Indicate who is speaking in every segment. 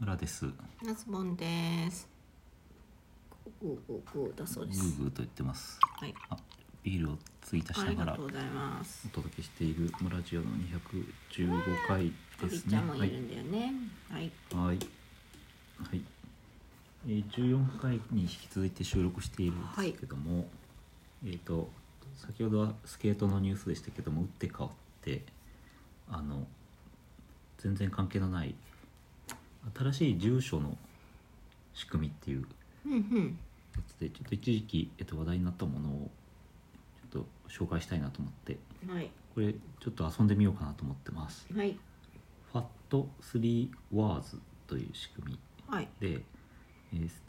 Speaker 1: 村です。グ
Speaker 2: ナズボンです。グーグーグーだそうで
Speaker 1: ー
Speaker 2: す。
Speaker 1: グーと言ってます。
Speaker 2: はい。
Speaker 1: あ、ビールを追加し
Speaker 2: あ
Speaker 1: な
Speaker 2: り
Speaker 1: が
Speaker 2: が
Speaker 1: ら
Speaker 2: とうございます
Speaker 1: お。届けしている村ジオの215回
Speaker 2: ア
Speaker 1: で
Speaker 2: ビ
Speaker 1: す
Speaker 2: ち
Speaker 1: ね。
Speaker 2: ゃんも
Speaker 1: はいい
Speaker 2: る。んだよね。はい。
Speaker 1: はい。はい。えー、14回に引き続いて収録しているんですけども、えっ、と先ほどはスケートのニュースでしたけども、打って変わってあの全然関係のない新しい住所の仕組みっていう
Speaker 2: うんうん。
Speaker 1: やつでちょっと一時期、えっと、話題になったものをちょっと紹介したいなと思って
Speaker 2: はい。
Speaker 1: これちょっと遊んでみようかなと思ってます
Speaker 2: はい。
Speaker 1: ファット3ワーズという仕組
Speaker 2: はい。
Speaker 1: みで、えー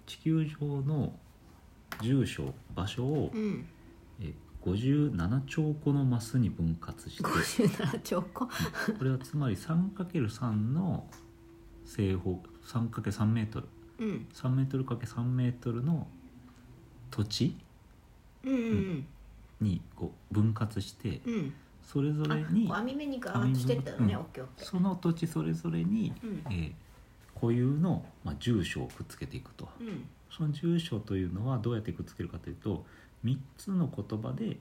Speaker 1: 地球上の住所場所を
Speaker 2: う、ん。
Speaker 1: えー57兆個のマスに分割して
Speaker 2: 五十七兆個。
Speaker 1: これはつまり 3×3 の正方 3×3 メートル
Speaker 2: うん。
Speaker 1: 3メートル ×3 メートルの土地
Speaker 2: うんうん
Speaker 1: にこう分割して
Speaker 2: うん。うん。
Speaker 1: それぞ
Speaker 2: あ、
Speaker 1: れに
Speaker 2: こう網目にガーッとしてったのね。
Speaker 1: 網目
Speaker 2: オッケーオッケー。
Speaker 1: その土地それぞれに、
Speaker 2: うん
Speaker 1: えー固有の、まあ、住所をくっつけていくと
Speaker 2: うん。
Speaker 1: その住所というのはどうやってくっつけるかというと3つの言葉で、えー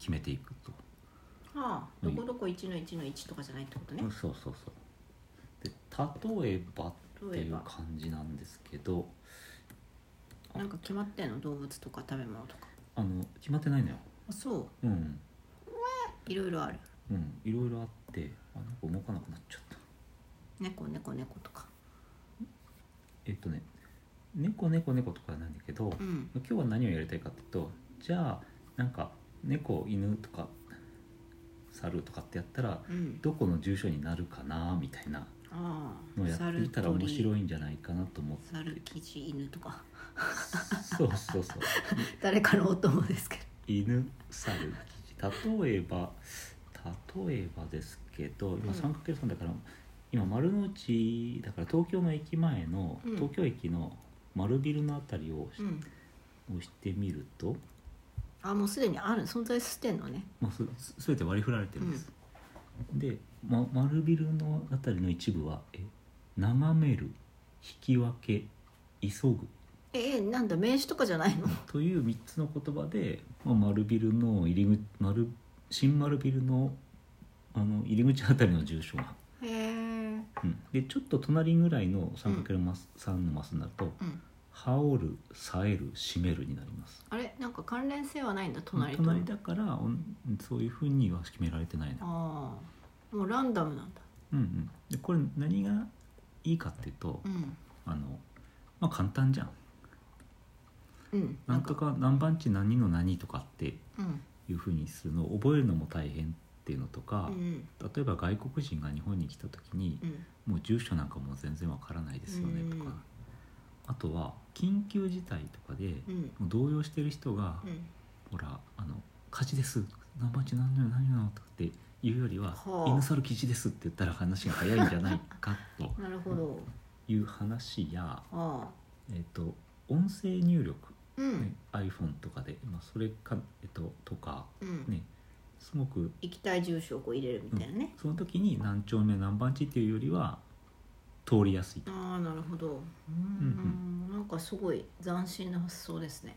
Speaker 1: 決めていくと、
Speaker 2: はあ、どこどこ一の一の一とかじゃないってことね
Speaker 1: うん。そうそうそうで例えばって
Speaker 2: 例
Speaker 1: い
Speaker 2: え
Speaker 1: う
Speaker 2: ば
Speaker 1: 感じなんですけど
Speaker 2: なんか決まってんの動物とか食べ物とか。
Speaker 1: あの決まってないのよ
Speaker 2: あ、そう。
Speaker 1: うん
Speaker 2: いろいろある。
Speaker 1: うんいろいろあってあなんか動かなくなっちゃった
Speaker 2: 猫猫猫とか。
Speaker 1: えっとね「猫猫猫」とかなんだけど、
Speaker 2: うん。
Speaker 1: 今日は何をやりたいかっていうとじゃあなんか猫犬とか猿とかってやったら
Speaker 2: うん。
Speaker 1: どこの住所になるかなみたいな
Speaker 2: あ
Speaker 1: のを
Speaker 2: あ。
Speaker 1: やってみたら面白いんじゃないかなと思 って
Speaker 2: 猿キジ犬とか
Speaker 1: そうそうそう
Speaker 2: 誰かのお供ですけど
Speaker 1: 犬猿例えば例えばですけど今
Speaker 2: うん
Speaker 1: 3×3 だから、今丸の内だから東京の駅前の、
Speaker 2: うん
Speaker 1: 東京駅の丸ビルのあたりを、
Speaker 2: うん
Speaker 1: 押してみると
Speaker 2: あもうすでにある存在してんのね
Speaker 1: もうすすべて割り振られてるんです、で、ま、丸ビルのあたりの一部は「え眺める」「引き分け」「急ぐ
Speaker 2: えー、なんだ名刺とかじゃないの」
Speaker 1: という3つの言葉で、まあ、丸ビルの入り口丸新丸ビルのあの入り口あたりの住所が、
Speaker 2: へえ
Speaker 1: うん、でちょっと隣ぐらいの 3×3 のマス三のマスになると
Speaker 2: うん
Speaker 1: 「羽織る」「冴える」「締める」になります
Speaker 2: あれなんか関連性はないんだ隣
Speaker 1: 隣
Speaker 2: と
Speaker 1: だからおんそういうふうには決められてないね
Speaker 2: ああもうランダムなんだ
Speaker 1: うんうん、でこれ何がいいかっていうと、
Speaker 2: うん
Speaker 1: あのまあ簡単じゃん
Speaker 2: うん
Speaker 1: なんとか何番地何の何とかって
Speaker 2: うん
Speaker 1: いうふうにするのを覚えるのも大変っていうのと
Speaker 2: う
Speaker 1: か、
Speaker 2: ん
Speaker 1: 例えば外国人が日本に来た時に
Speaker 2: う、ん
Speaker 1: もう住所なんかもう全然わからないですよねとか、
Speaker 2: うん
Speaker 1: あとは緊急事態とかで、
Speaker 2: うん
Speaker 1: もう動揺してる人が「
Speaker 2: うん
Speaker 1: ほらあの火事です何番地何の何なの」とかって言うよりは
Speaker 2: は
Speaker 1: 「
Speaker 2: あ
Speaker 1: 犬猿記事です」って言ったら話が早いんじゃないかと。
Speaker 2: なるほど
Speaker 1: いう話や、
Speaker 2: ああ
Speaker 1: えっと音声入力、
Speaker 2: うん、
Speaker 1: ね iPhone とかで、まあ、それか、えっととか、
Speaker 2: うん、
Speaker 1: ね、すごく
Speaker 2: 行きたい住所をこう入れるみたいなね、
Speaker 1: その時に何丁目何番地っていうよりは通りやすいと
Speaker 2: ああなるほどうんなんかすごい斬新な発想ですね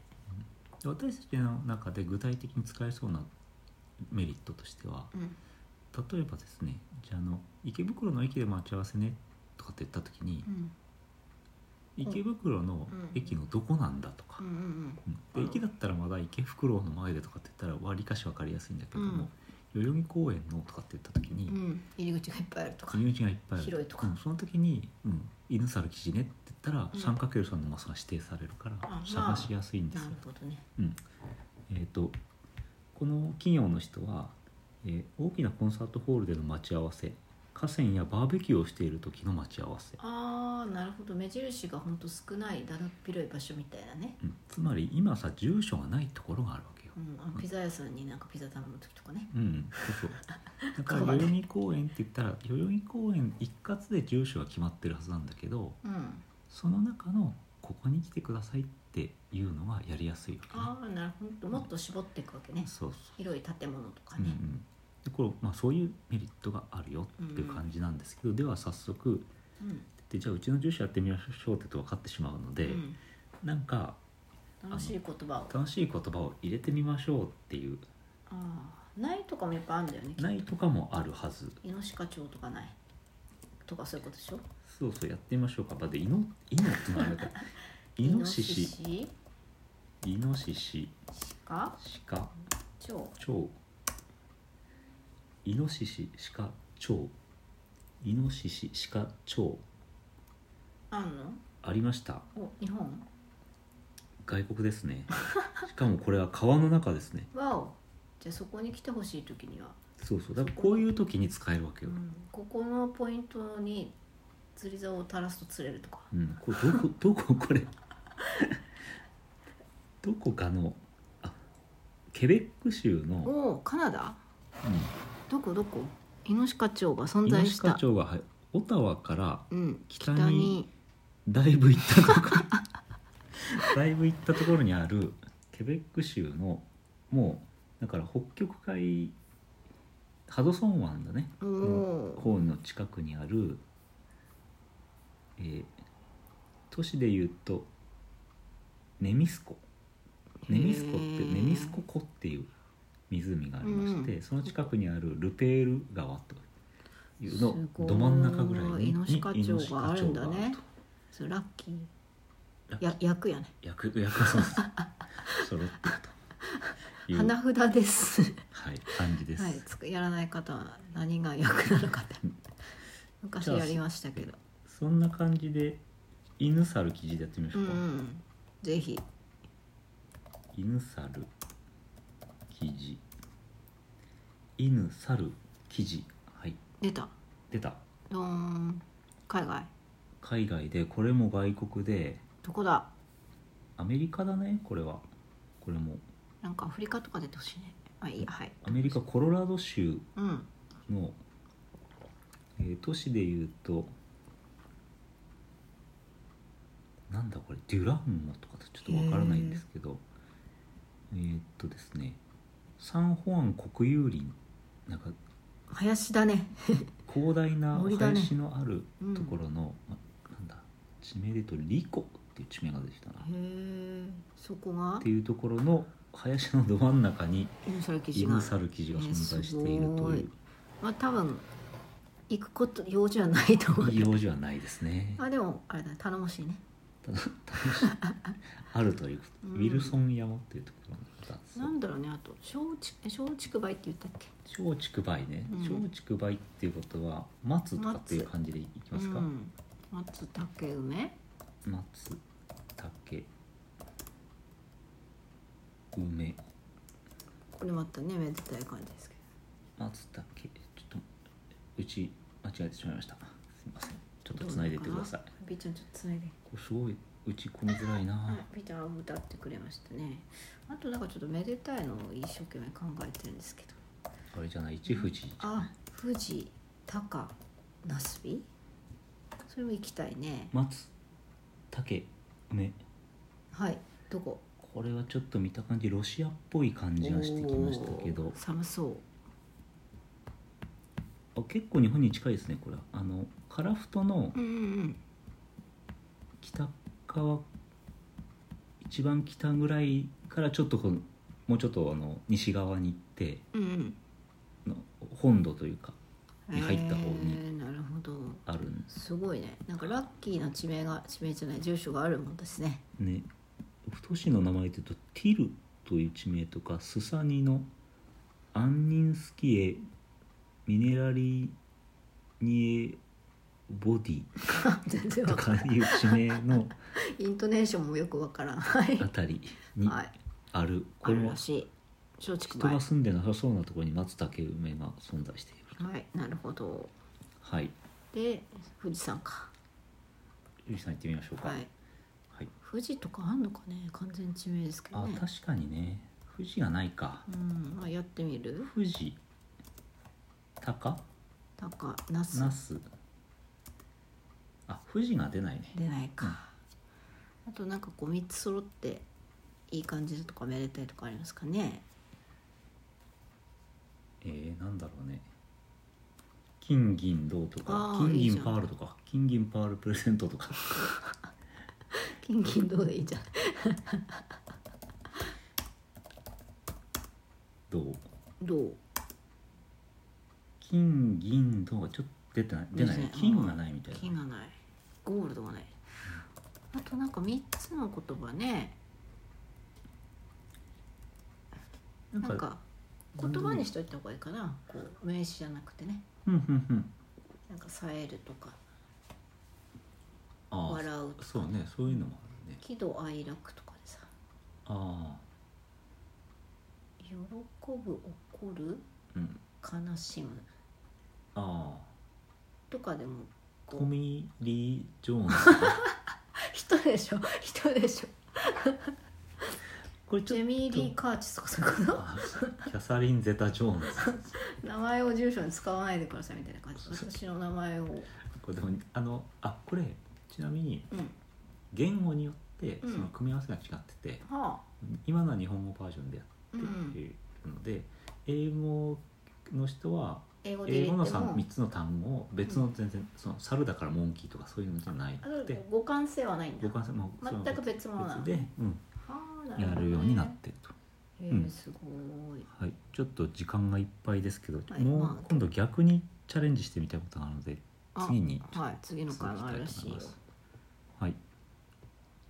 Speaker 1: で私たちの中で具体的に使えそうなメリットとしては
Speaker 2: うん
Speaker 1: 例えばですねじゃああの池袋の駅で待ち合わせねとかって言った時に
Speaker 2: うん
Speaker 1: 池袋の駅のどこなんだとか
Speaker 2: うんう、ん
Speaker 1: うんで駅だったらまだ池袋の前でとかって言ったらわりかし分かりやすいんだけれども、代々木公園のとかって言った時に、
Speaker 2: うんうん入り口がいっぱいあるとか
Speaker 1: 入り口がいっぱいある
Speaker 2: 広いとか
Speaker 1: うんその時に「うん、犬猿記事ね」って言ったら、
Speaker 2: うん
Speaker 1: 3×3 のマスが指定されるから
Speaker 2: あま
Speaker 1: 探
Speaker 2: あ
Speaker 1: しやすいんです
Speaker 2: な
Speaker 1: よ
Speaker 2: る。ほどね
Speaker 1: うんえー、とこの企業の人は、えー大きなコンサートホールでの待ち合わせ河川やバーベキューをしている時の待ち合わせ、
Speaker 2: ああなるほど目印がほんと少ないだだっ広い場所みたいなね、
Speaker 1: うんつまり今さ住所がないところがあるわけよ。
Speaker 2: うん、あのピザ屋さんになんかピザ頼む時とかね
Speaker 1: うん、 そうそうだから
Speaker 2: そうだね
Speaker 1: 代々木公園って言ったら代々木公園一括で住所は決まってるはずなんだけど
Speaker 2: うん
Speaker 1: その中の「ここに来てください」っていうのがやりやすいわけ、ね、
Speaker 2: ああなるほどもっと絞っていくわけね
Speaker 1: そうそ
Speaker 2: 広い建物とか
Speaker 1: う、うんう
Speaker 2: ね
Speaker 1: ん、でこれ、まあ、そういうメリットがあるよっていう感じなんですけど、では早速
Speaker 2: うん
Speaker 1: ってじゃあうちの住所やってみましょうってと分かってしまうので、
Speaker 2: うん
Speaker 1: なんか
Speaker 2: 楽しい言葉を
Speaker 1: 楽しい言葉を入れてみましょうっていう
Speaker 2: ああないとかもいっぱいあるんだよね
Speaker 1: ないとかもあるはず
Speaker 2: イノシカ町とかないとかそういうことでしょ
Speaker 1: そうそうやってみましょうかまあでイノイノってなん だかイノシシ
Speaker 2: イノシ
Speaker 1: イノシシ
Speaker 2: シカ
Speaker 1: 鹿
Speaker 2: 蝶
Speaker 1: 蝶イノシシ鹿蝶イノシシ鹿蝶
Speaker 2: あんの
Speaker 1: ありました
Speaker 2: お日本
Speaker 1: 外国です ねしかもこれは川の中ですね
Speaker 2: わおじゃあそこに来てほしい時には、
Speaker 1: そうそうだからこういう時に使えるわけ
Speaker 2: う
Speaker 1: よ、
Speaker 2: ん、ここのポイントに釣り竿を垂らすと釣れるとか
Speaker 1: うん、これど こどここれ どこかのあケベック州の、
Speaker 2: おおカナダ
Speaker 1: う
Speaker 2: どこどこイノシカ町が
Speaker 1: ん、
Speaker 2: 存
Speaker 1: イノ
Speaker 2: 在
Speaker 1: シ
Speaker 2: し
Speaker 1: カ
Speaker 2: た
Speaker 1: 町がはいオタワから
Speaker 2: うん
Speaker 1: 北
Speaker 2: 北
Speaker 1: に
Speaker 2: に
Speaker 1: だいぶ行ったとこ だいぶ行ったところにあるケベック州のもうだから北極海ハドソン湾だね
Speaker 2: お
Speaker 1: の
Speaker 2: ー
Speaker 1: 方の近くにある、えー都市でいうとネミスコネミスコって
Speaker 2: へー
Speaker 1: ネミスコ湖っていう湖がありまして、その近くにあるルペール川というの
Speaker 2: すごい
Speaker 1: ど真ん中ぐらいに
Speaker 2: イノシカ
Speaker 1: にイノ
Speaker 2: 町
Speaker 1: シ
Speaker 2: があるんだ
Speaker 1: カ町がある
Speaker 2: ね
Speaker 1: と
Speaker 2: そうラッキー
Speaker 1: ラッキー
Speaker 2: や役やね
Speaker 1: 役 役そうです。揃ってるという
Speaker 2: 花札です
Speaker 1: はい感じ です。
Speaker 2: はい、つくやらない方は何が役なのかって
Speaker 1: うん
Speaker 2: 昔やりましたけど
Speaker 1: そんな感じで犬猿記事でやってみましょ
Speaker 2: うん、
Speaker 1: う
Speaker 2: う
Speaker 1: か。
Speaker 2: ん、ぜひ
Speaker 1: 犬猿記事犬猿記事はい
Speaker 2: 出た
Speaker 1: 出た
Speaker 2: どーん海外
Speaker 1: 海外でこれも外国で
Speaker 2: どこだ
Speaker 1: アメリカだねこれはこれも
Speaker 2: なんかアフリカとか出てほしいねあいいやはい
Speaker 1: アメリカコロラド州
Speaker 2: うん
Speaker 1: の、えー都市でいうとなんだこれデュランモとかとちょっとわからないんですけどえーっとですねサン・ホアン国有林なんか
Speaker 2: 林だね
Speaker 1: 広大な
Speaker 2: 森だね
Speaker 1: 林のあるところの、まなんだ地名で言うとリコっていう地名が出てきたな
Speaker 2: へえそこが
Speaker 1: っていうところの林のど真ん中に
Speaker 2: 犬猿記事が
Speaker 1: 犬猿記事が存在しているという
Speaker 2: まあ多分行くこと用じゃないと思うけ
Speaker 1: 異
Speaker 2: ど
Speaker 1: 様じゃないですね。
Speaker 2: あでもあれだね頼もしいね
Speaker 1: ただ楽しいあるということ、
Speaker 2: うん
Speaker 1: ウィルソン山っていうところにあったんですよ
Speaker 2: なんだろうねあと松竹松竹梅って言ったっけ
Speaker 1: 松竹梅ね、
Speaker 2: うん
Speaker 1: 松竹梅っていうことは松とかっていう感じでいきますか、
Speaker 2: うん、松竹梅
Speaker 1: 松竹梅
Speaker 2: これまたねめでたい感じですけ
Speaker 1: 松竹ちょっとうち間違えてしまいましたすみませんちょっとつないでいってください
Speaker 2: どビーちゃんちょっとつないで
Speaker 1: これすごいうち込みづらい
Speaker 2: はい
Speaker 1: な、
Speaker 2: ビーちゃんは歌ってくれましたねあとなんかちょっとめでたいのを一生懸命考えてるんですけど
Speaker 1: あれじゃない一富士じゃない
Speaker 2: あ富士高なすびそれも行きたいね
Speaker 1: 松竹梅
Speaker 2: はいどこ
Speaker 1: これはちょっと見た感じロシアっぽい感じがしてきましたけ
Speaker 2: お
Speaker 1: ど
Speaker 2: ー寒そう
Speaker 1: あ結構日本に近いですねこれはあのカラフトの
Speaker 2: うんうん
Speaker 1: 北側一番北ぐらいからちょっとこのもうちょっとあの西側に行って
Speaker 2: うんうん
Speaker 1: の本土というか
Speaker 2: うん
Speaker 1: に入った方に
Speaker 2: えーなるほど
Speaker 1: あるんです
Speaker 2: ごいねなんかラッキーな地名が地名じゃない住所があるもんですね
Speaker 1: すね都市の名前というとティルという地名とかスサニのアンニンスキエミネラリニエボディ
Speaker 2: 全然
Speaker 1: と
Speaker 2: わか
Speaker 1: かいう地名の
Speaker 2: イントネーションもよくわからんはい
Speaker 1: あたりに
Speaker 2: はい
Speaker 1: ある
Speaker 2: あ
Speaker 1: これ
Speaker 2: る
Speaker 1: も
Speaker 2: らしい松竹
Speaker 1: 人
Speaker 2: 梅
Speaker 1: が住んでなさそうなところに松竹梅が存在している
Speaker 2: はいなるほど
Speaker 1: はい
Speaker 2: で富士山か
Speaker 1: ゆりさん行ってみましょうか
Speaker 2: はい
Speaker 1: はい
Speaker 2: 富士とかあんのかね完全地名ですけど
Speaker 1: あ
Speaker 2: ね
Speaker 1: 確かにね富士がないか
Speaker 2: うんまあやってみる
Speaker 1: 富士鷹
Speaker 2: なんか那須
Speaker 1: 那須あ富士が出ないね
Speaker 2: 出ないかあとなんかこう3つ揃っていい感じだとかめでたいとかありますかね
Speaker 1: えー、なんだろうね金銀銅とか
Speaker 2: あー
Speaker 1: 金
Speaker 2: いい
Speaker 1: 銀
Speaker 2: じゃん
Speaker 1: パールとか金銀パールプレゼントとか
Speaker 2: 金銀銅でいいじゃん
Speaker 1: 銅
Speaker 2: どう
Speaker 1: 金銀銅がちょっと出てない出ない
Speaker 2: 出てない
Speaker 1: 金がないみたい
Speaker 2: 金
Speaker 1: な
Speaker 2: がないゴールドがないあとなんか3つの言葉ね
Speaker 1: なん
Speaker 2: なんか言葉に
Speaker 1: し
Speaker 2: しといた方がいいかなこう名詞じゃなくてね
Speaker 1: うんうんうん
Speaker 2: なんか冴えるとか
Speaker 1: あ
Speaker 2: 笑う
Speaker 1: あそうねそういうのもあるね
Speaker 2: 喜怒哀楽とかでさ
Speaker 1: あ
Speaker 2: 喜ぶ怒る
Speaker 1: あうん
Speaker 2: 悲しむ
Speaker 1: ああ
Speaker 2: とかでも
Speaker 1: ト
Speaker 2: こう
Speaker 1: ミー・リー・ジョー ンズとか
Speaker 2: 人でしょ人でしょ
Speaker 1: これ
Speaker 2: ジ
Speaker 1: ちょ
Speaker 2: ェ
Speaker 1: っ
Speaker 2: ミー・リー・カーチスとかそういうこと
Speaker 1: とあキャサリン・ゼタ・ジョーンズ
Speaker 2: 名前を住所に使わないでくださいみたいな感じ私の名前を
Speaker 1: これでもあのあこれちなみに
Speaker 2: うん
Speaker 1: 言語によって
Speaker 2: うん
Speaker 1: その組み合わせが違ってて、
Speaker 2: はあ
Speaker 1: 今のは日本語バージョンでや
Speaker 2: う
Speaker 1: っ
Speaker 2: ん
Speaker 1: ているので、英語の人は
Speaker 2: 英語で入
Speaker 1: 英
Speaker 2: れ
Speaker 1: 語
Speaker 2: て
Speaker 1: の
Speaker 2: も
Speaker 1: 3, 三つの単語を別の全然、その猿だからモンキーとかそういうのじゃな
Speaker 2: あと
Speaker 1: くて
Speaker 2: 互換性はないんだ
Speaker 1: 互換性もその
Speaker 2: 全く別物なの
Speaker 1: 別で、うん、
Speaker 2: はあな
Speaker 1: や
Speaker 2: ほどね
Speaker 1: るようになってると、
Speaker 2: へ
Speaker 1: うん
Speaker 2: えすごい
Speaker 1: はい、ちょっと時間がいっぱいですけど、
Speaker 2: はい
Speaker 1: も
Speaker 2: ま
Speaker 1: う
Speaker 2: あ
Speaker 1: 今度逆にチャレンジしてみたいことがあるので
Speaker 2: あ
Speaker 1: 次に
Speaker 2: はい次の
Speaker 1: 続きた
Speaker 2: 回
Speaker 1: いと思い
Speaker 2: もあるら
Speaker 1: ま
Speaker 2: しいよ
Speaker 1: す。はい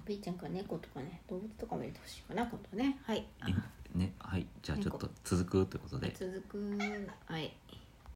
Speaker 2: べいちゃんから猫とかね動物とかも入れてほしいかな今度ねはいあ
Speaker 1: えねはい、じゃあちょっと続くということで
Speaker 2: 続くはい